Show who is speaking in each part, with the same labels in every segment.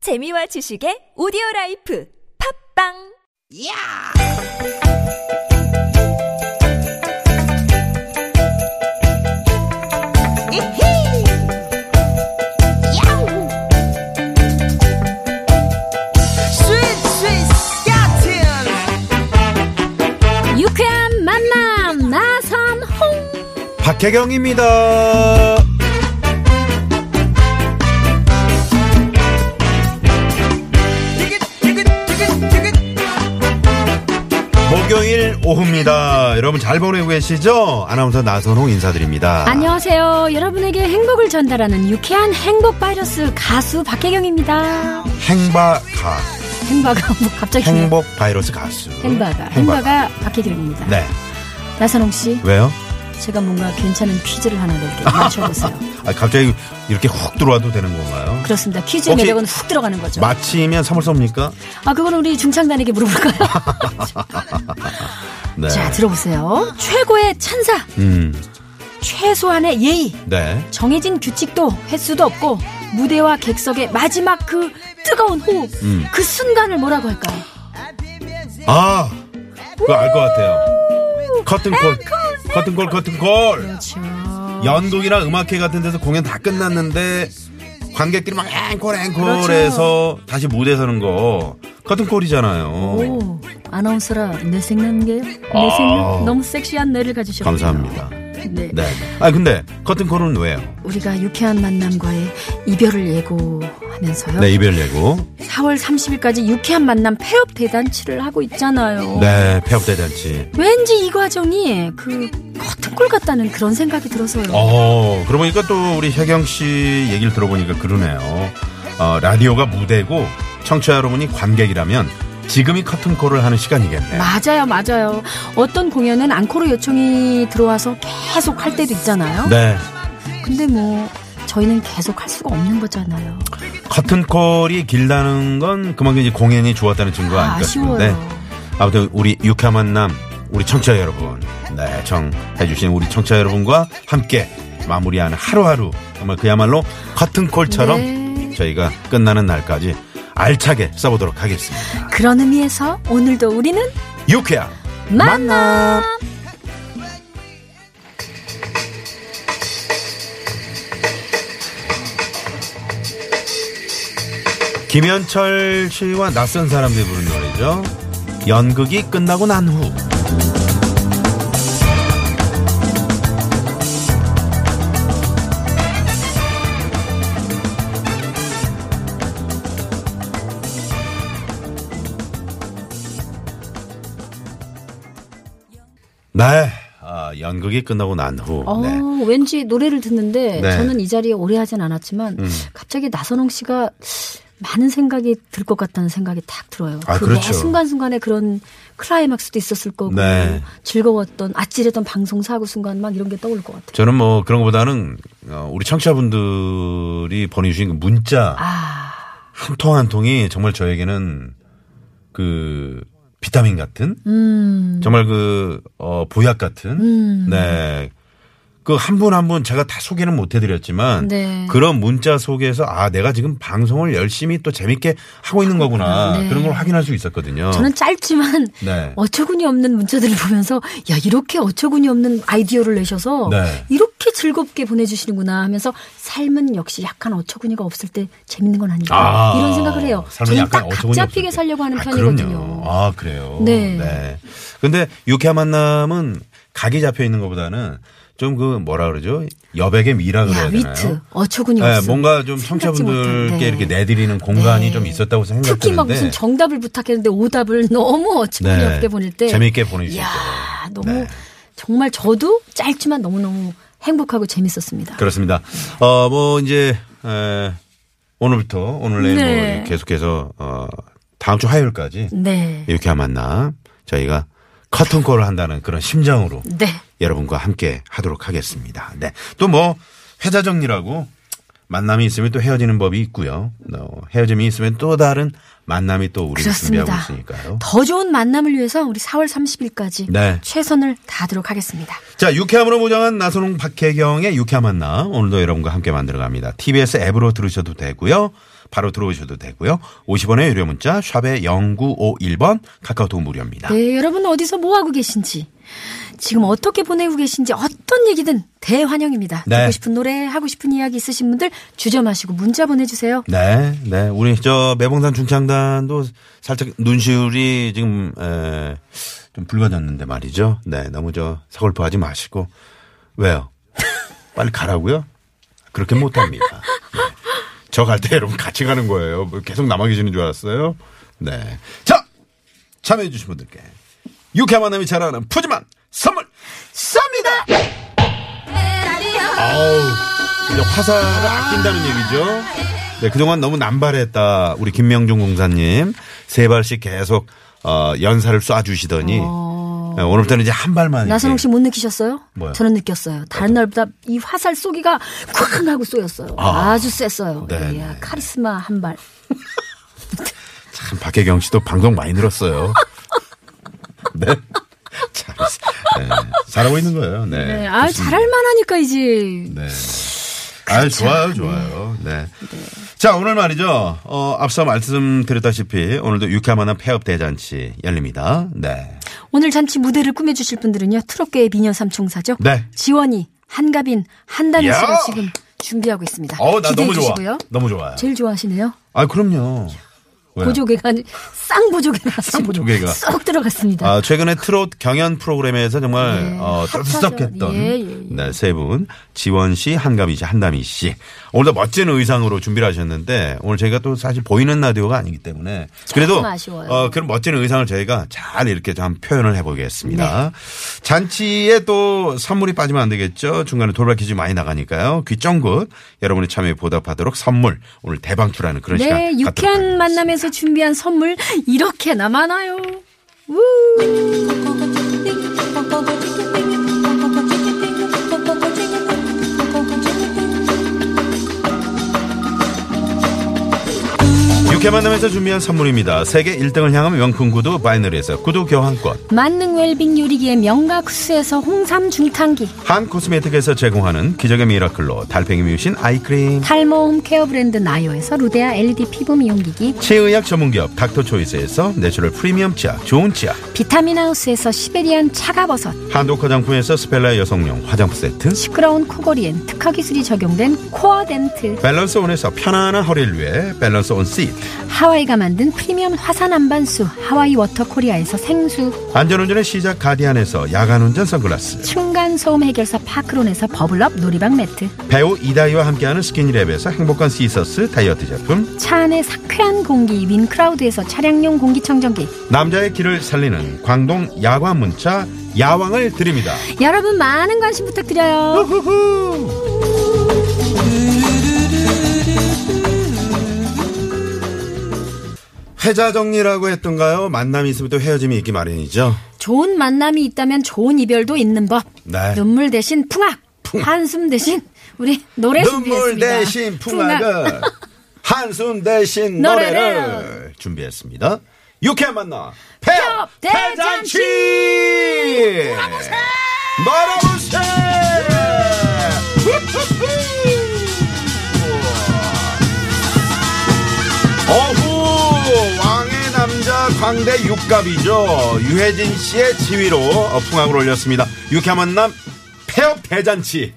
Speaker 1: 재미와 지식의 오디오 라이프 팝빵
Speaker 2: 유쾌한 만남 나선홍
Speaker 3: 박혜경입니다. 목요일 오후입니다. 여러분 잘 보내고 계시죠? 아나운서 나선홍 인사드립니다.
Speaker 2: 안녕하세요 여러분에게 행복을 전달하는 유쾌한 행복 바이러스 가수 박혜경입니다
Speaker 3: 행바가
Speaker 2: 행바가 뭐 갑자기
Speaker 3: 행복 바이러스 가수.
Speaker 2: 행바가 행바가 박혜경입니다
Speaker 3: 네.
Speaker 2: 나선홍씨
Speaker 3: 왜요?
Speaker 2: 제가 뭔가 괜찮은 퀴즈를 하나 낼게요 맞춰보세요
Speaker 3: 아, 갑자기 이렇게 훅 들어와도 되는 건가요?
Speaker 2: 그렇습니다 퀴즈의
Speaker 3: 혹시-
Speaker 2: 매력은 훅 들어가는 거죠
Speaker 3: 마치면 삼을 쏩니까?
Speaker 2: 아 그건 우리 중창단에게 물어볼까요
Speaker 3: 네.
Speaker 2: 자 들어보세요 최고의 찬사
Speaker 3: 음,
Speaker 2: 최소한의 예의
Speaker 3: 네.
Speaker 2: 정해진 규칙도 횟수도 없고 무대와 객석의 마지막 그 뜨거운 호흡
Speaker 3: 음.
Speaker 2: 그 순간을 뭐라고 할까요?
Speaker 3: 아, 그거 알 것 같아요. 커튼콜. 커튼콜, 커튼콜.
Speaker 2: 그렇죠.
Speaker 3: 어, 연극이나 음악회 같은 데서 공연 다 끝났는데 관객들이 막 앵콜 앵콜
Speaker 2: 그렇죠.
Speaker 3: 해서 다시 무대 서는 거 커튼콜이잖아요.
Speaker 2: 오 아나운서라 내 생각인 게내
Speaker 3: 어. 아.
Speaker 2: 생각 너무 섹시한 뇌를 가지셨네요.
Speaker 3: 감사합니다.
Speaker 2: 네.
Speaker 3: 네. 아 근데 커튼콜은 왜요?
Speaker 2: 우리가 유쾌한 만남과의 이별을 예고하면서요.
Speaker 3: 네 이별 예고.
Speaker 2: 4월 30일까지 유쾌한 만남 폐업 대잔치를 하고 있잖아요.
Speaker 3: 네 폐업 대잔치.
Speaker 2: 왠지 이 과정이 그 커튼골 같다는 그런 생각이 들어서요.
Speaker 3: 어 그러고 보니까 또 우리 혜경 씨 얘기를 들어보니까 그러네요. 어, 라디오가 무대고 청취자 여러분이 관객이라면 지금이 커튼콜을 하는 시간이겠네. 요
Speaker 2: 맞아요, 맞아요. 어떤 공연은 앙코르 요청이 들어와서 계속 할 때도 있잖아요.
Speaker 3: 네.
Speaker 2: 근데 뭐 저희는 계속 할 수가 없는 거잖아요.
Speaker 3: 커튼콜이 길다는 건 그만큼 이제 공연이 좋았다는 증거
Speaker 2: 아,
Speaker 3: 아닐까
Speaker 2: 아쉬워요.
Speaker 3: 싶은데 아무튼 우리 유쾌한 만남 우리 청취자 여러분 네 청해주신 우리 청취자 여러분과 함께 마무리하는 하루하루 정말 그야말로 커튼콜처럼
Speaker 2: 네.
Speaker 3: 저희가 끝나는 날까지 알차게 써보도록 하겠습니다
Speaker 2: 그런 의미에서 오늘도 우리는
Speaker 3: 유쾌한
Speaker 2: 만남.
Speaker 3: 김현철 씨와 낯선 사람들이 부른 노래죠 연극이 끝나고 난후 네, 아, 연극이 끝나고 난 후.
Speaker 2: 어,
Speaker 3: 네.
Speaker 2: 왠지 노래를 듣는데
Speaker 3: 네. 음.
Speaker 2: 저는 이 자리에 오래 하진 않았지만 갑자기 나선홍 씨가 많은 생각이 들 것 같다는 생각이 탁 들어요.
Speaker 3: 아,
Speaker 2: 그
Speaker 3: 그렇죠.
Speaker 2: 매 순간순간에 그런 클라이막스도 있었을 거고
Speaker 3: 네.
Speaker 2: 즐거웠던 아찔했던 방송 사고 순간 막 이런 게 떠올 것 같아요.
Speaker 3: 저는 뭐 그런 것보다는 어, 우리 청취자분들이 보내주신 그 문자
Speaker 2: 아,
Speaker 3: 한 통 한 통이 정말 저에게는 그 비타민 같은
Speaker 2: 음,
Speaker 3: 정말 그 어, 보약 같은
Speaker 2: 음.
Speaker 3: 네. 그 한 분 한 분 제가 다 소개는 못 해드렸지만
Speaker 2: 네.
Speaker 3: 그런 문자 속에서 아 내가 지금 방송을 열심히 또 재밌게 하고 있는 거구나
Speaker 2: 네.
Speaker 3: 그런 걸 확인할 수 있었거든요.
Speaker 2: 저는 짧지만
Speaker 3: 어. 네.
Speaker 2: 어처구니 없는 문자들을 보면서 야 이렇게 어처구니 없는 아이디어를 내셔서
Speaker 3: 네.
Speaker 2: 이렇게 즐겁게 보내주시는구나 하면서 삶은 역시 약간 어처구니가 없을 때 재밌는 건 아니고
Speaker 3: 아,
Speaker 2: 이런 생각을 해요.
Speaker 3: 삶은
Speaker 2: 저는
Speaker 3: 약간
Speaker 2: 딱
Speaker 3: 어처구니
Speaker 2: 각잡히게
Speaker 3: 없을 때.
Speaker 2: 살려고 하는
Speaker 3: 아,
Speaker 2: 편이거든요.
Speaker 3: 그럼요. 아 그래요.
Speaker 2: 네.
Speaker 3: 네. 근데 유쾌한 만남은 각이 잡혀 있는 것보다는 좀 그 뭐라 그러죠 여백의 미라
Speaker 2: 야
Speaker 3: 그래야
Speaker 2: 위트
Speaker 3: 되나요?
Speaker 2: 어처구니
Speaker 3: 네,
Speaker 2: 없음.
Speaker 3: 뭔가 좀
Speaker 2: 생각지 못한,
Speaker 3: 청취자분들께
Speaker 2: 네.
Speaker 3: 이렇게 내드리는 공간이
Speaker 2: 네.
Speaker 3: 좀 있었다고 생각되는데
Speaker 2: 특히 막 무슨 정답을 부탁했는데 오답을 너무 어처구니
Speaker 3: 네.
Speaker 2: 없게 보낼 때
Speaker 3: 재미있게 보내주실
Speaker 2: 이야 너무
Speaker 3: 네.
Speaker 2: 정말 저도 짧지만 너무 너무 행복하고 재밌었습니다.
Speaker 3: 그렇습니다. 어, 뭐, 이제, 에, 오늘부터, 오늘 내일
Speaker 2: 네.
Speaker 3: 뭐 계속해서, 어, 다음 주 화요일까지
Speaker 2: 네.
Speaker 3: 이렇게 만나 저희가 커튼콜을 한다는 그런 심정으로
Speaker 2: 네.
Speaker 3: 여러분과 함께 하도록 하겠습니다. 네. 또 뭐, 회자 정리라고 만남이 있으면 또 헤어지는 법이 있고요. 어, 헤어짐이 있으면 또 다른 만남이 또 우리 준비하고
Speaker 2: 그렇습니다.
Speaker 3: 있으니까요.
Speaker 2: 더 좋은 만남을 위해서 우리 4월 30일까지
Speaker 3: 어? 네.
Speaker 2: 최선을 다하도록 하겠습니다.
Speaker 3: 자, 유쾌함으로 보장한 나선홍 박혜경의 유쾌한 만남. 오늘도 여러분과 함께 만들어갑니다. TBS 앱으로 들으셔도 되고요. 바로 들어오셔도 되고요. 50원의 유료 문자 샵의 0951번 카카오톡 무료입니다.
Speaker 2: 네, 여러분 어디서 뭐 하고 계신지 지금 어떻게 보내고 계신지 어떤 얘기든 대환영입니다.
Speaker 3: 네.
Speaker 2: 듣고 싶은 노래 하고 싶은 이야기 있으신 분들 주저 마시고 문자 보내주세요.
Speaker 3: 네, 네. 우리 저 매봉산 중창단도 살짝 눈시울이 지금 에, 좀 붉어졌는데 말이죠. 네, 너무 저 서글퍼하지 마시고 왜요? 빨리 가라고요? 그렇게 못합니다. 네. 저갈 때 여러분 같이 가는 거예요. 뭐 계속 남아 계시는 줄 알았어요. 네, 자 참여해 주신 분들께 유쾌한 만남이 자라는 푸짐한 선물 쏩니다. 아우, 이제 화살을 아낀다는 얘기죠. 네, 그동안 너무 남발했다. 우리 김명중 공사님. 세 발씩 계속, 어, 연사를 쏴주시더니. 네, 오늘부터는 이제 한 발만.
Speaker 2: 어. 나선홍
Speaker 3: 이렇게.
Speaker 2: 씨 못 느끼셨어요?
Speaker 3: 뭐요?
Speaker 2: 저는 느꼈어요. 다른 날보다 이 화살 쏘기가 쾅 하고 쏘였어요.
Speaker 3: 아.
Speaker 2: 아. 주 쐈어요.
Speaker 3: 네네.
Speaker 2: 이야, 카리스마 한 발.
Speaker 3: 참, 박혜경 씨도 방송 많이 늘었어요. 네. 잘, 네, 잘하고 있는 거예요. 네.
Speaker 2: 네, 아
Speaker 3: 좋습니다.
Speaker 2: 잘할 만하니까 이제
Speaker 3: 네. 아
Speaker 2: 그렇죠.
Speaker 3: 좋아요, 좋아요. 네. 자, 오늘 말이죠. 어, 앞서 말씀드렸다시피 오늘도 유쾌한 만남 폐업 대잔치 열립니다. 네.
Speaker 2: 오늘 잔치 무대를 꾸며주실 분들은요. 트롯계의 미녀 삼총사죠.
Speaker 3: 네.
Speaker 2: 지원이, 한가빈, 한다리
Speaker 3: 야!
Speaker 2: 씨가 지금 준비하고 있습니다.
Speaker 3: 어우, 나
Speaker 2: 기대해
Speaker 3: 너무 좋아.
Speaker 2: 주시고요.
Speaker 3: 너무 좋아요.
Speaker 2: 제일 좋아하시네요.
Speaker 3: 아, 그럼요. 왜요?
Speaker 2: 보조개가 아니- 쌍보조개가
Speaker 3: 쌍보조개가.
Speaker 2: 쏙 들어갔습니다.
Speaker 3: 아, 최근에 트롯 경연 프로그램에서 정말
Speaker 2: 네,
Speaker 3: 어,
Speaker 2: 핫하죠.
Speaker 3: 떠들썩했던
Speaker 2: 예, 예, 예.
Speaker 3: 네, 세 분. 지원 씨, 한가미 씨, 한다미 씨. 오늘도 멋진 의상으로 준비를 하셨는데 오늘 저희가 또 사실 보이는 라디오가 아니기 때문에 그래도
Speaker 2: 아쉬워요.
Speaker 3: 어, 그런 멋진 의상을 저희가 잘 이렇게 좀 표현을 해보겠습니다.
Speaker 2: 네.
Speaker 3: 잔치에 또 선물이 빠지면 안 되겠죠. 중간에 돌발 퀴즈 많이 나가니까요. 귀정굿 여러분의 참여에 보답하도록 선물 오늘 대방출하는 그런 시간
Speaker 2: 네,
Speaker 3: 갖도록
Speaker 2: 유쾌한
Speaker 3: 하겠습니다.
Speaker 2: 만남에서 준비한 선물 이렇게 남아나요. 우.
Speaker 3: 육회 만남에서 준비한 선물입니다. 세계 1등을 향한 명품 구두 바이너리에서 구두 교환권.
Speaker 2: 만능 웰빙 요리기의 명가 쿠스에서 홍삼 중탕기,
Speaker 3: 한 코스메틱에서 제공하는 기적의 미라클로 달팽이 뮤신 아이크림.
Speaker 2: 탈모 홈케어 브랜드 나요에서 루데아 LED 피부 미용기기,
Speaker 3: 치의학 전문기업 닥터초이스에서 내추럴 프리미엄 치약, 좋은 치약.
Speaker 2: 비타민 하우스에서 시베리안 차가버섯,
Speaker 3: 한독 화장품에서 스펠라 여성용 화장품 세트.
Speaker 2: 시끄러운 코골이엔 특화 기술이 적용된 코어 덴트,
Speaker 3: 밸런스 온에서 편안한 허리를 위해 밸런스 온 시트.
Speaker 2: 하와이가 만든 프리미엄 화산 안반수 하와이 워터 코리아에서 생수,
Speaker 3: 안전운전의 시작 가디안에서 야간운전 선글라스.
Speaker 2: 층간 소음 해결사 파크론에서 버블업 놀이방 매트,
Speaker 3: 배우 이다희와 함께하는 스키니랩에서 행복한 시서스 다이어트 제품.
Speaker 2: 차 안의 상쾌한 공기 윈크라우드에서 차량용 공기청정기
Speaker 3: 남자의 길을 살리는 광동 야광 문자 야왕을 드립니다.
Speaker 2: 여러분 많은 관심 부탁드려요
Speaker 3: 회자 정리라고 했던가요? 만남이 있으면 또 헤어짐이 있기 마련이죠.
Speaker 2: 좋은 만남이 있다면 좋은 이별도 있는 법
Speaker 3: 네.
Speaker 2: 눈물 대신 풍악 한숨 대신 우리 노래
Speaker 3: 눈물
Speaker 2: 준비했습니다
Speaker 3: 대신 풍악을 한숨 대신
Speaker 2: 노래를.
Speaker 3: 노래를 준비했습니다. 유쾌한 만나 폐업
Speaker 2: 대잔치!
Speaker 3: 대잔치 말아보세 어후 왕의 남자 광대 육갑이죠 유해진 씨의 지휘로 풍악을 올렸습니다 유쾌한 만남 폐업 대잔치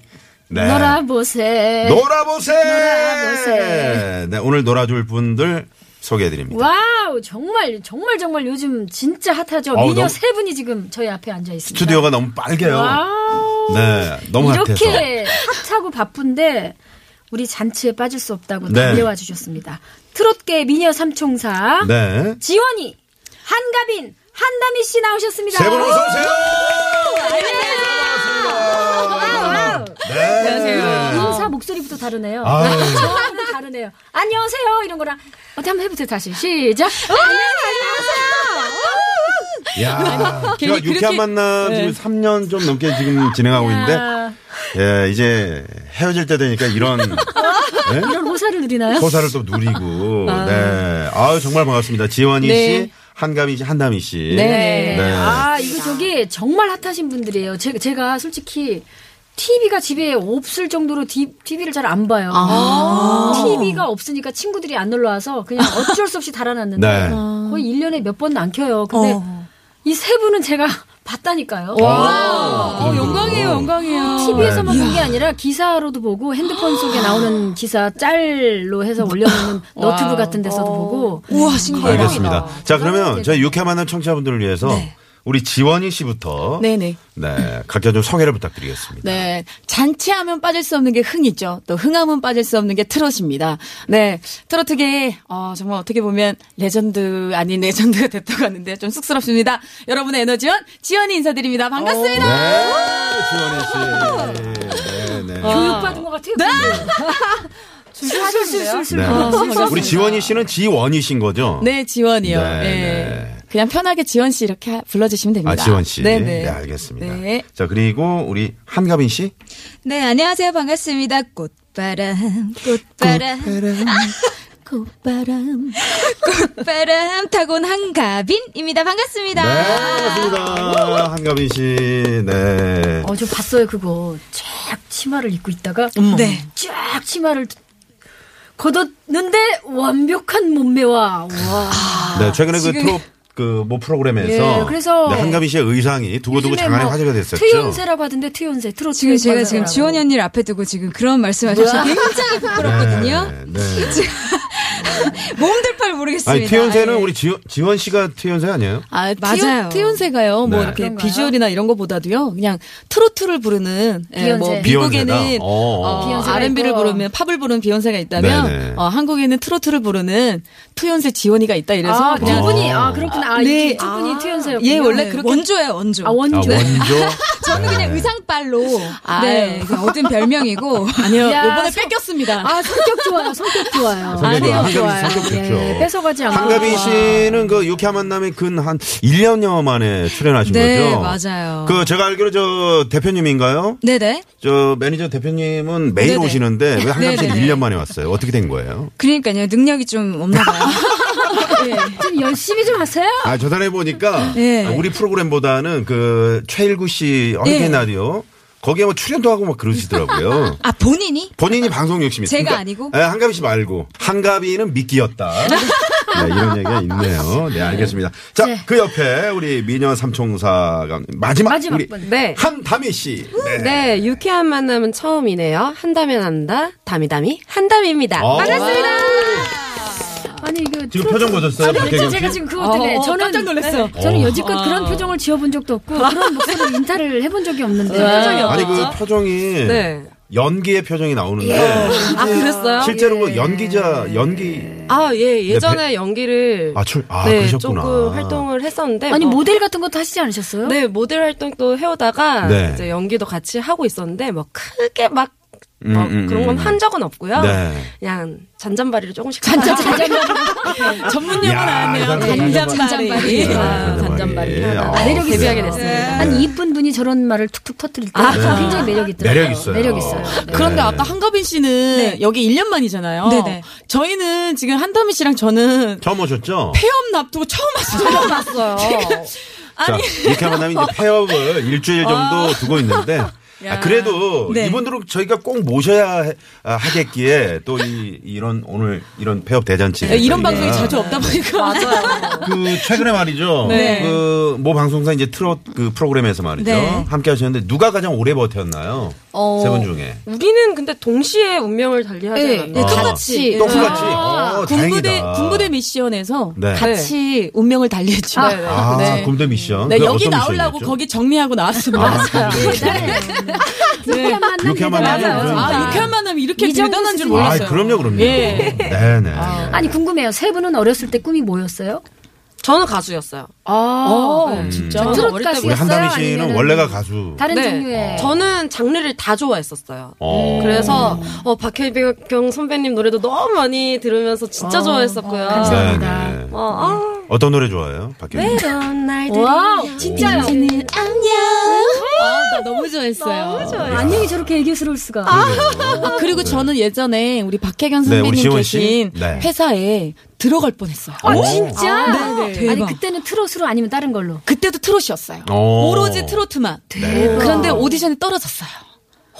Speaker 3: 네.
Speaker 2: 네. 놀아보세
Speaker 3: 놀아보세!
Speaker 2: 놀아보세.
Speaker 3: 네, 오늘 놀아줄 분들 소개해드립니다.
Speaker 2: 와우 정말 정말 정말 요즘 진짜 핫하죠
Speaker 3: 어우,
Speaker 2: 미녀
Speaker 3: 너무-
Speaker 2: 세 분이 지금 저희 앞에 앉아 있습니다
Speaker 3: 스튜디오가 너무 빨개요.
Speaker 2: 와우
Speaker 3: 네, 너무
Speaker 2: 이렇게 핫하고 바쁜데 우리 잔치에 빠질 수 없다고
Speaker 3: 네.
Speaker 2: 달려와 주셨습니다. 트롯계 미녀 삼총사
Speaker 3: 핫해서. 네.
Speaker 2: 지원이 한가빈 한다미 씨 나오셨습니다.
Speaker 3: 세 분 어서오세요!
Speaker 2: 와우.
Speaker 3: 네. 안녕하세요.
Speaker 2: 인사 목소리부터 다르네요.
Speaker 3: 아유.
Speaker 2: 저하고는 다르네요. 안녕하세요 이런 거랑 어떻게 한번 해보세요 다시 시작.
Speaker 3: 어,
Speaker 2: 안녕하세요.
Speaker 3: 야,
Speaker 4: 괜히
Speaker 3: 제가 유쾌한
Speaker 4: 그렇게-
Speaker 3: 만남 지금 3년 좀 넘게 지금 진행하고 있는데, 예, 이제 헤어질 때 되니까 이런 네?
Speaker 2: 이런 호사를 누리나요?
Speaker 3: 호사를 또 누리고, 네. 아유, 정말 반갑습니다. 지원이 씨,
Speaker 4: 네.
Speaker 3: 한가미 씨, 한다미 씨.
Speaker 4: 네.
Speaker 2: 네. 아, 이거 저기 정말 핫하신 분들이에요. 제, 제가 솔직히 TV가 집에 없을 정도로 TV를 잘 안 봐요.
Speaker 4: 아.
Speaker 2: TV가 없으니까 친구들이 안 놀러 와서 그냥 어쩔 수 없이 달아놨는데
Speaker 3: 네.
Speaker 2: 거의 1년에 몇 번 안 켜요. 근데 이 세 분은 제가 봤다니까요.
Speaker 3: 와.
Speaker 4: 어, 영광이에요, 영광이에요.
Speaker 2: TV에서만 본 게 아니라 기사로도 보고 핸드폰 속에 나오는 기사 짤로 해서 올려놓는 너튜브 같은 데서도 보고
Speaker 4: 우와, 신기해.
Speaker 3: 아, 알겠습니다. 자, 그러면 저희 육회 만난 청취자분들을 위해서 우리 지원이 씨부터 네,
Speaker 4: 네네.
Speaker 3: 각자 좀 소개를 부탁드리겠습니다.
Speaker 4: 네. 잔치하면 빠질 수 없는 게 흥이죠. 또 흥하면 빠질 수 없는 게 트롯입니다. 네. 트로트계에, 어, 정말 어떻게 보면 레전드 아닌 레전드가 됐다고 하는데 좀 쑥스럽습니다. 여러분의 에너지원, 지연이 인사드립니다.
Speaker 3: 네,
Speaker 4: 반갑습니다.
Speaker 3: 지원이 씨. 네, 네.
Speaker 2: 교육받은 것 같아요.
Speaker 3: 네. 우리 지원이 씨는 지원이 씨인 거죠?
Speaker 4: 네, 지원이요.
Speaker 3: 네,
Speaker 4: 네,
Speaker 3: 네.
Speaker 4: 그냥 편하게 지원 씨 이렇게 불러주시면 됩니다.
Speaker 3: 아, 지원 씨.
Speaker 4: 네,
Speaker 3: 네,
Speaker 4: 네.
Speaker 3: 알겠습니다.
Speaker 4: 네.
Speaker 3: 자, 그리고 우리 한가빈 씨.
Speaker 5: 네, 안녕하세요. 반갑습니다. 꽃바람, 꽃바람. 꽃바람. 꽃바람 타고 온 한가빈입니다. 반갑습니다.
Speaker 3: 네, 반갑습니다. 한가빈 씨. 네.
Speaker 2: 어, 저 봤어요, 그거. 쫙 치마를 입고 있다가.
Speaker 4: 네.
Speaker 2: 쫙 치마를 걷었는데 완벽한 몸매와. 와.
Speaker 3: 네, 최근에 그 트롯 그모 프로그램에서
Speaker 2: 예, 그래서
Speaker 3: 네, 한가빈 씨의 의상이 두고두고
Speaker 2: 요즘에
Speaker 3: 그 장안의
Speaker 2: 뭐
Speaker 3: 화제가 됐었죠.
Speaker 2: 트연세라고 하던데 트연세. 트로트
Speaker 5: 지금 제가
Speaker 2: 연세라고.
Speaker 5: 지금 지원이 언니를 앞에 두고 지금 그런 말씀하셔서 굉장히 부끄럽거든요.
Speaker 3: 네. 네.
Speaker 5: 몸둘바를 모르겠습니다.
Speaker 3: 아니, 트연세는
Speaker 5: 아, 예.
Speaker 3: 우리 지원, 지원 씨가 트연세 아니에요?
Speaker 4: 아,
Speaker 5: 맞아요.
Speaker 4: 맞아요. 태연세가요. 뭐
Speaker 3: 네.
Speaker 4: 이렇게
Speaker 2: 그런가요?
Speaker 4: 비주얼이나 이런 거보다도요. 그냥 트로트를 부르는 예, 뭐
Speaker 2: 비욘세.
Speaker 4: 미국에는
Speaker 3: 비욘세다? 어.
Speaker 4: 어,
Speaker 2: 비욘세가
Speaker 4: R&B를
Speaker 2: 있고.
Speaker 4: 부르면 팝을 부르는 비욘세가 있다면
Speaker 3: 네네.
Speaker 4: 어, 한국에는 트로트를 부르는 투연세 지원이가 있다 이래서
Speaker 2: 아, 두
Speaker 4: 그냥
Speaker 2: 분이,
Speaker 3: 어.
Speaker 2: 아, 그렇구나. 아,
Speaker 4: 네.
Speaker 2: 이두 분이 트연세였군요.
Speaker 4: 예, 원래
Speaker 5: 네,
Speaker 4: 그렇게-
Speaker 5: 원조예요, 원조.
Speaker 2: 아,
Speaker 3: 아,
Speaker 2: 원조.
Speaker 3: 원조.
Speaker 5: 저는
Speaker 3: 네.
Speaker 5: 그냥 의상빨로
Speaker 4: 아,
Speaker 5: 네,
Speaker 4: 예.
Speaker 5: 그냥 얻은 별명이고
Speaker 4: 아니요.
Speaker 2: 야,
Speaker 4: 요번에
Speaker 2: 성-
Speaker 4: 뺏겼습니다.
Speaker 2: 아, 성격 좋아요, 성격 좋아요.
Speaker 3: 성격 좋아요. 한가빈 씨
Speaker 2: 좋아요.
Speaker 3: 성격 좋죠.
Speaker 2: 예, 뺏어가지 않고.
Speaker 5: 아.
Speaker 3: 한가빈 씨는 그 유쾌한 만남에 근 한 1년여 만에 출연하신
Speaker 5: 네,
Speaker 3: 거죠?
Speaker 5: 맞아요.
Speaker 3: 그렇죠. 그 제가 알기로 저 대표님인가요?
Speaker 5: 네네.
Speaker 3: 저 매니저 대표님은 매일
Speaker 5: 네네.
Speaker 3: 오시는데 왜 한가빈 씨는
Speaker 5: 네네.
Speaker 3: 1년 만에 왔어요? 어떻게 된 거예요?
Speaker 5: 그러니까요. 능력이 좀 없나 봐요.
Speaker 2: 좀 열심히 좀 하세요.
Speaker 3: 아, 저 전에 보니까
Speaker 5: 예.
Speaker 3: 아, 우리 프로그램보다는 그 최일구 씨 허리케인
Speaker 5: 예.
Speaker 3: 라디오 거기에 뭐 출연도 하고 막 그러시더라고요.
Speaker 5: 아, 본인이?
Speaker 3: 본인이 방송 욕심이 있어요.
Speaker 5: 제가 아니고?
Speaker 3: 예, 한가빈 씨 말고 한가빈은 미끼였다. 네, 이런 얘기가 있네요. 네, 알겠습니다. 자, 그 옆에 우리 미녀 삼총사가 마지막,
Speaker 2: 마지막
Speaker 3: 우리
Speaker 2: 분.
Speaker 6: 네.
Speaker 3: 한다미 씨. 네.
Speaker 6: 네, 유쾌한 만남은 처음이네요. 한다면 한다, 담이담이, 한담입니다.
Speaker 3: 어.
Speaker 6: 반갑습니다.
Speaker 2: 아니, 그.
Speaker 3: 지금 표정 보셨어요?
Speaker 2: 그렇죠. 제가 지금 그것 때문에
Speaker 4: 어,
Speaker 2: 저는
Speaker 4: 깜짝 놀랐어.
Speaker 2: 네, 저는
Speaker 3: 어.
Speaker 2: 여지껏 그런 표정을 지어본 적도 없고 그런 목소리를 인타를 해본 적이 없는데
Speaker 4: 표정이
Speaker 3: 아니, 그 표정이
Speaker 6: 네. 예.
Speaker 3: 연기의 표정이 나오는데
Speaker 4: 아, 그랬어요?
Speaker 3: 실제로 그 연기자, 연기.
Speaker 6: 아, 예, 예전에 연기를.
Speaker 3: 네, 아, 출, 아,
Speaker 6: 네,
Speaker 3: 그러셨구나.
Speaker 6: 조금 활동을 했었는데.
Speaker 2: 아니
Speaker 6: 뭐-
Speaker 2: 모델 같은 것도 하시지 않으셨어요?
Speaker 6: 네, 모델 활동도 해오다가
Speaker 3: 네.
Speaker 6: 이제 연기도 같이 하고 있었는데, 뭐, 크게 막,
Speaker 3: 음,
Speaker 6: 뭐
Speaker 3: 음,
Speaker 6: 그런 건
Speaker 3: 음.
Speaker 6: 한 적은 없고요.
Speaker 3: 네.
Speaker 6: 그냥 잔잔바리를 조금씩. 잔잔바리.
Speaker 4: 전문
Speaker 3: 야,
Speaker 4: 용어는 아니에요.
Speaker 3: 잔잔바리.
Speaker 4: 잔잔바리.
Speaker 3: 네,
Speaker 2: 아,
Speaker 3: 잔잔바리.
Speaker 2: 잔잔바리. 아,
Speaker 3: 아,
Speaker 2: 매력 있어요.
Speaker 3: 데뷔하게
Speaker 2: 됐습니다.
Speaker 3: 네.
Speaker 2: 아니 이쁜 분이 저런 말을 툭툭 터뜨릴 때 굉장히 매력 있더라고요.
Speaker 3: 매력 있어요.
Speaker 2: 매력 있어요.
Speaker 3: 네.
Speaker 4: 그런데 아까 한가빈 씨는 여기 1년 만이잖아요.
Speaker 5: 네네.
Speaker 4: 저희는 지금 한다미 씨랑 저는
Speaker 3: 처음 오셨죠?
Speaker 4: 폐업 납두고 처음 왔어요.
Speaker 6: 예.
Speaker 3: 자, 이렇게 하고 나면 이제 폐업을 일주일 정도 두고 있는데. 아, 그래도
Speaker 4: 어. 네.
Speaker 3: 이분들은 저희가 꼭 모셔야 해- 아, 하겠기에 또 이, 이런 오늘 이런 폐업 대잔치
Speaker 4: 네, 이런 방송이 자주 없다 보니까.
Speaker 3: 그 최근에 말이죠
Speaker 4: 네.
Speaker 3: 그모 방송사 이제 트롯 그 프로그램에서 말이죠
Speaker 5: 네.
Speaker 3: 함께 하셨는데 누가 가장 오래 버텼나요
Speaker 5: 어.
Speaker 3: 세 분 중에
Speaker 6: 우리는 근데 동시에 운명을 달리하지
Speaker 5: 네,
Speaker 6: 않았나.
Speaker 3: 아.
Speaker 5: 똑같이.
Speaker 3: 똑같이 어,
Speaker 4: 네. 아. 군부대
Speaker 3: 다행이다.
Speaker 4: 군부대 미션에서
Speaker 3: 네.
Speaker 4: 같이 운명을 달리했죠.
Speaker 3: 아
Speaker 4: 네.
Speaker 3: 군대 미션
Speaker 4: 네,
Speaker 3: 그
Speaker 4: 여기
Speaker 3: 어떤
Speaker 4: 나오려고
Speaker 3: 미션이었죠?
Speaker 4: 거기 정리하고 나왔습니다.
Speaker 3: 아,
Speaker 2: 네. 유쾌한 만남
Speaker 3: 유쾌한
Speaker 2: 대단하다.
Speaker 3: 만남.
Speaker 2: 맞아요.
Speaker 4: 아, 유쾌한 만남이 이렇게
Speaker 2: 이정도
Speaker 4: 대단한 줄
Speaker 2: 선생님.
Speaker 3: 아,
Speaker 4: 몰랐어요.
Speaker 3: 그럼요, 그럼요.
Speaker 4: 예.
Speaker 3: 네네.
Speaker 2: 아니 궁금해요. 세 분은 어렸을 때 꿈이 뭐였어요?
Speaker 6: 저는 가수였어요. 네.
Speaker 2: 아,
Speaker 4: 어,
Speaker 3: 음.
Speaker 4: 진짜.
Speaker 6: 저는
Speaker 2: 트롯
Speaker 6: 어릴 때부터-
Speaker 3: 우리
Speaker 2: 가수였어요?
Speaker 3: 한다미 씨는
Speaker 2: 아니면은 음,
Speaker 3: 원래가 가수.
Speaker 2: 다른
Speaker 6: 네.
Speaker 2: 종류의
Speaker 6: 저는 장르를 다 좋아했었어요.
Speaker 3: 어.
Speaker 6: 그래서 어, 박혜경 선배님 노래도 너무 많이 들으면서 진짜 좋아했었고요.
Speaker 2: 감사합니다. 네.
Speaker 3: 네네.
Speaker 6: 어, 아,
Speaker 3: 어떤 노래 좋아해요? 박현빈.
Speaker 6: 이런 날들이
Speaker 2: 와 진짜요.
Speaker 4: 아, 나 너무 좋아했어요.
Speaker 2: 안녕히 저렇게 애교스러울 수가.
Speaker 4: 아, 그리고 저는 예전에 우리 박혜경
Speaker 3: 네,
Speaker 4: 선배님
Speaker 3: 우리 지원 씨.
Speaker 4: 계신
Speaker 3: 네.
Speaker 4: 회사에 들어갈 뻔했어요.
Speaker 2: 아,
Speaker 3: 오.
Speaker 2: 진짜?
Speaker 4: 네네.
Speaker 2: 아니
Speaker 4: 대박.
Speaker 2: 그때는 트롯으로 아니면 다른 걸로.
Speaker 4: 그때도 트롯이었어요.
Speaker 3: 오. 네.
Speaker 4: 오로지 트로트만. 그런데 오디션이 떨어졌어요.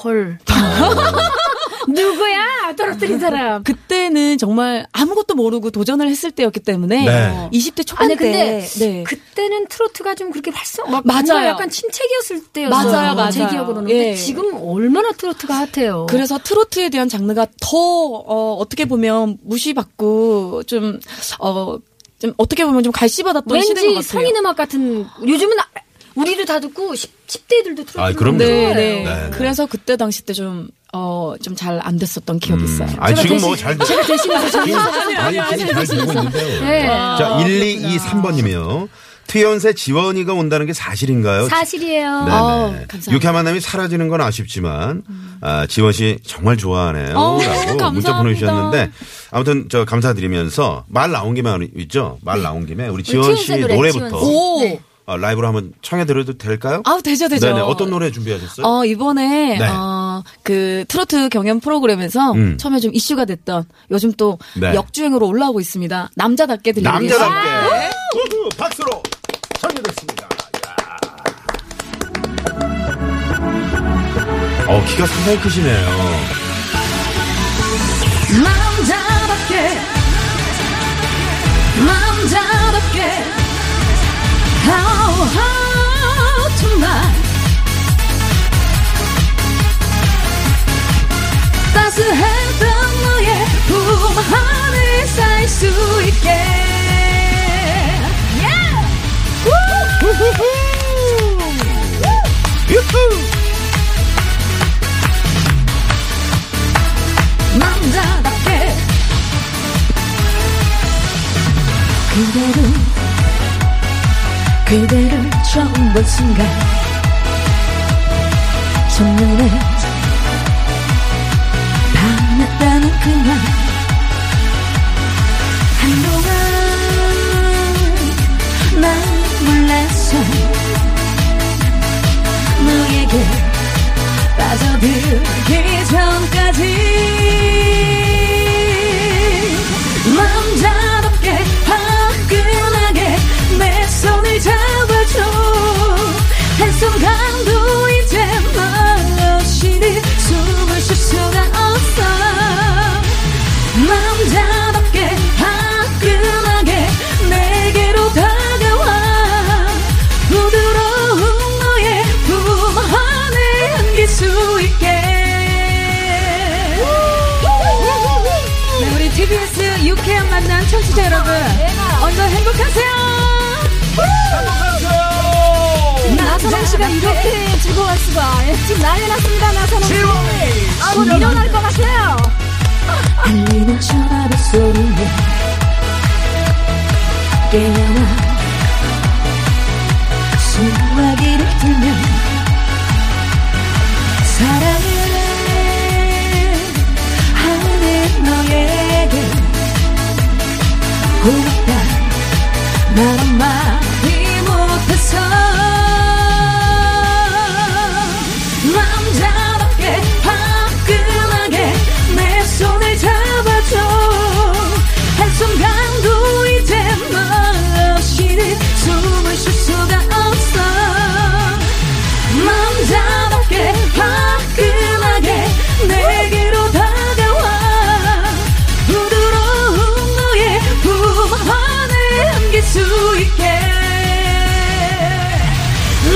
Speaker 2: 헐. 누구야? 떨어뜨린 사람.
Speaker 4: 그때는 정말 아무것도 모르고 도전을 했을 때였기 때문에
Speaker 3: 네.
Speaker 4: 20대 초반
Speaker 2: 아니
Speaker 4: 때
Speaker 2: 근데
Speaker 4: 네.
Speaker 2: 그때는 트로트가 좀 그렇게 활성 막
Speaker 4: 맞아요.
Speaker 2: 뭔가 약간 침체기였을 때였어요.
Speaker 4: 맞아요, 맞아요.
Speaker 2: 제 기억으로는 근데
Speaker 4: 예.
Speaker 2: 지금 얼마나 트로트가 핫해요.
Speaker 4: 그래서 트로트에 대한 장르가 더 어, 떻게 보면 무시받고 좀 어. 좀 어떻게 보면 좀 갈시받았던 뭐 시대인 것
Speaker 2: 왠지
Speaker 4: 같아요.
Speaker 2: 성인 음악 같은 요즘은 아- 우리도 다 듣고 10, 대들도 트로트
Speaker 3: 아, 그럼요.
Speaker 4: 네,
Speaker 2: 좋아해요.
Speaker 4: 네.
Speaker 3: 네, 네.
Speaker 4: 그래서 그때 당시 때 좀, 어, 좀 잘 안 됐었던 기억이 있어요.
Speaker 3: 아니,
Speaker 2: 제가
Speaker 3: 지금 뭐
Speaker 2: 대신-
Speaker 3: 잘,
Speaker 2: 제가 대신해서 잘-
Speaker 3: 지금- 아니, 지금 잘 되고 있는데요.
Speaker 2: 네.
Speaker 3: 자, 1, 2, 2, 3번님이요. 투연세 지원이가 온다는 게 사실인가요?
Speaker 2: 사실이에요.
Speaker 3: 어, 네네.
Speaker 4: 아우, 감사합니다. 음.
Speaker 3: 유쾌한 만남이 사라지는 건 아쉽지만 아, 지원 씨 정말 좋아하네요. 라고 문자
Speaker 4: 어, 감사합니다.
Speaker 3: 보내주셨는데 아무튼 저 감사드리면서 말 나온 김에 우리- 있죠.
Speaker 4: 네.
Speaker 3: 말 나온 김에 우리 지원
Speaker 2: 지원
Speaker 3: 씨
Speaker 2: 씨 노래,
Speaker 3: 노래부터
Speaker 2: 지원 씨.
Speaker 4: 오!
Speaker 2: 네.
Speaker 3: 어, 라이브로 한번 청해드려도 될까요?
Speaker 4: 아우, 되죠, 되죠.
Speaker 3: 네네. 어떤 노래 준비하셨어요?
Speaker 4: 어, 이번에,
Speaker 3: 네.
Speaker 4: 어, 그, 트로트 경연 프로그램에서
Speaker 3: 음.
Speaker 4: 처음에 좀 이슈가 됐던 요즘 또
Speaker 3: 네. 역주행으로
Speaker 4: 역주행으로 올라오고 있습니다. 남자답게 들리겠습니다
Speaker 3: 남자답게
Speaker 4: 네.
Speaker 3: 우후, 박수로 청해드렸습니다. 이야. 어 키가 상당히 크시네요.
Speaker 4: 남자답게 남자답게 How how tonight 따스했던 너의 품 안에 살 수 있게 예! 남자답게 그대를 그대를 처음 본 순간 첫눈에 반했다는 그말 한동안 난 몰랐어 너에게 빠져들기 전까지 남자답게 화끈하게 내 손을 잡아줘 한순간도 이제 말없이는 숨을 쉴 수가 없어 남자답게 화끈하게 내게로 다가와 부드러운 너의 품 안에 안길 수 있게 네, 우리 TBS 유쾌한 만남 청취자 여러분 오늘도 행복하세요 나선홍 씨가 이렇게 즐거워할 수가 지금 난리 났습니다 나선홍 씨 곧
Speaker 5: 뭐
Speaker 4: 일어날 것 같아요 들리는 전화벨 소리에 깨어나 수화기를 들면 사랑을 하는 너에게 고맙다 난 한마디 못해서 남자답게 화끈하게 내 손을 잡아줘 한순간도 이제 말없이는 숨을 쉴 수가 없어 남자답게 화끈하게 내게로 다가와 부드러운 너의 품 안에 안길 수 있게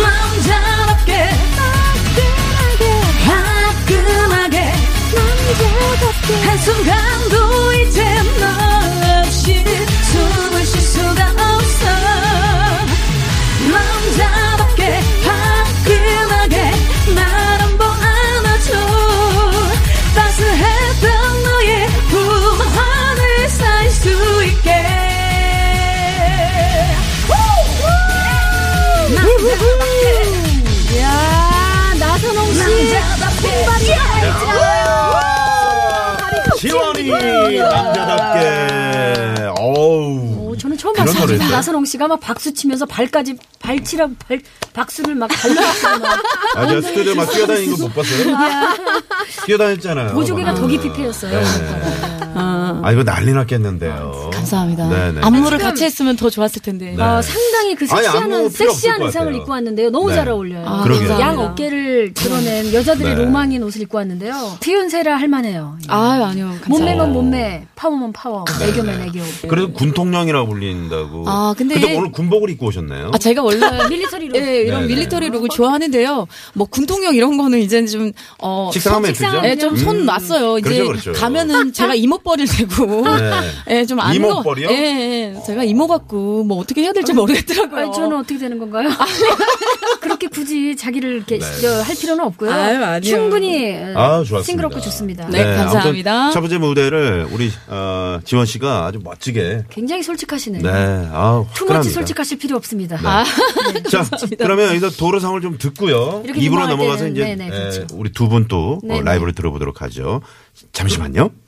Speaker 4: 남자답게 화끈하게 화끈하게 남자답게 한순간도 이제 너 없이는 숨을 쉴 수가 없어 남자답게 화끈하게 날 한번 안아줘 따스했던 너의 품 안에 쌓일 수 있게 남자답게 야 나선홍 씨 남자답게
Speaker 3: 지원이 남자답게. 어우.
Speaker 2: 어, 저는 처음
Speaker 3: 그런
Speaker 2: 봤어요.
Speaker 3: 노래였어요?
Speaker 2: 나선홍 씨가 막 박수 치면서 발까지 발치랑 발 박수를 막 달라붙고 막
Speaker 3: 아,
Speaker 4: 네,
Speaker 3: 제가 스튜디오에 막 뛰어다니는 거 못 봤어요?
Speaker 4: 아.
Speaker 3: 뛰어다녔잖아요. 네.
Speaker 2: 보조개가
Speaker 3: 방금.
Speaker 2: 더 깊이 패였어요.
Speaker 3: 네. 아, 이거 난리 났겠는데요.
Speaker 4: 아. 감사합니다.
Speaker 3: 네, 네.
Speaker 4: 안무를 아, 같이 했으면 더 좋았을 텐데.
Speaker 3: 네.
Speaker 2: 어, 상당히 그
Speaker 3: 아니,
Speaker 2: 섹시한,
Speaker 3: 안무 필요 없을
Speaker 2: 섹시한
Speaker 3: 것
Speaker 2: 의상을
Speaker 3: 같아요.
Speaker 2: 입고 왔는데요. 너무
Speaker 3: 네.
Speaker 2: 잘 어울려요.
Speaker 4: 아,
Speaker 3: 그러게요.
Speaker 2: 양
Speaker 4: 감사합니다.
Speaker 2: 어깨를 드러낸 여자들의
Speaker 3: 네.
Speaker 2: 로망인 옷을 입고 왔는데요. 피운세라 할 만해요. 예.
Speaker 4: 아유, 아니요. 감사합니다.
Speaker 2: 몸매면 몸매, 파워면 파워,
Speaker 3: 네.
Speaker 2: 애교면 애교.
Speaker 3: 그래도 군통령이라고 불린다고.
Speaker 4: 아, 근데 얘-
Speaker 3: 오늘 군복을 입고 오셨나요?
Speaker 4: 아, 제가
Speaker 3: 네,
Speaker 4: 원래
Speaker 2: 밀리터리로.
Speaker 4: 예, 이런
Speaker 3: 네네.
Speaker 4: 밀리터리 룩을 좋아하는데요. 뭐 군통령 이런 거는 이제 좀 어,
Speaker 3: 식상하면
Speaker 2: 식상-
Speaker 3: 주죠.
Speaker 4: 예, 좀손 놨어요. 이제
Speaker 3: 그렇죠, 그렇죠.
Speaker 4: 가면은 제가 이모뻘이 되고.
Speaker 3: 네.
Speaker 4: 예, 좀 안.
Speaker 3: 이모뻘이요?
Speaker 4: 거- 예, 예. 제가 이모 같고 뭐 어떻게 해야 될지 모르겠더라고요.
Speaker 2: 아니, 저는 어떻게 되는 건가요? 그렇게 굳이 자기를 이렇게
Speaker 3: 네.
Speaker 2: 저, 할 필요는 없고요.
Speaker 4: 네. 아유, 아니요.
Speaker 2: 충분히 어,
Speaker 3: 아, 좋았습니다.
Speaker 2: 싱그럽고 좋습니다.
Speaker 4: 네. 감사합니다.
Speaker 3: 아무튼 첫 번째 무대를 우리 어, 지원 씨가 아주 멋지게.
Speaker 2: 굉장히 솔직하시네요.
Speaker 3: 네. 아,
Speaker 2: 투머치
Speaker 3: 화끈합니다. 네.
Speaker 2: 솔직하실 필요 없습니다.
Speaker 3: 자, 그러면 여기서 도로상을 좀 듣고요.
Speaker 2: 이렇게
Speaker 3: 입으로
Speaker 2: 넘어가야
Speaker 3: 넘어가서
Speaker 2: 되는-
Speaker 3: 이제
Speaker 2: 네네, 그렇죠.
Speaker 3: 에, 우리 두 분 또 어,
Speaker 2: 네네.
Speaker 3: 라이브를 들어보도록 하죠. 잠시만요.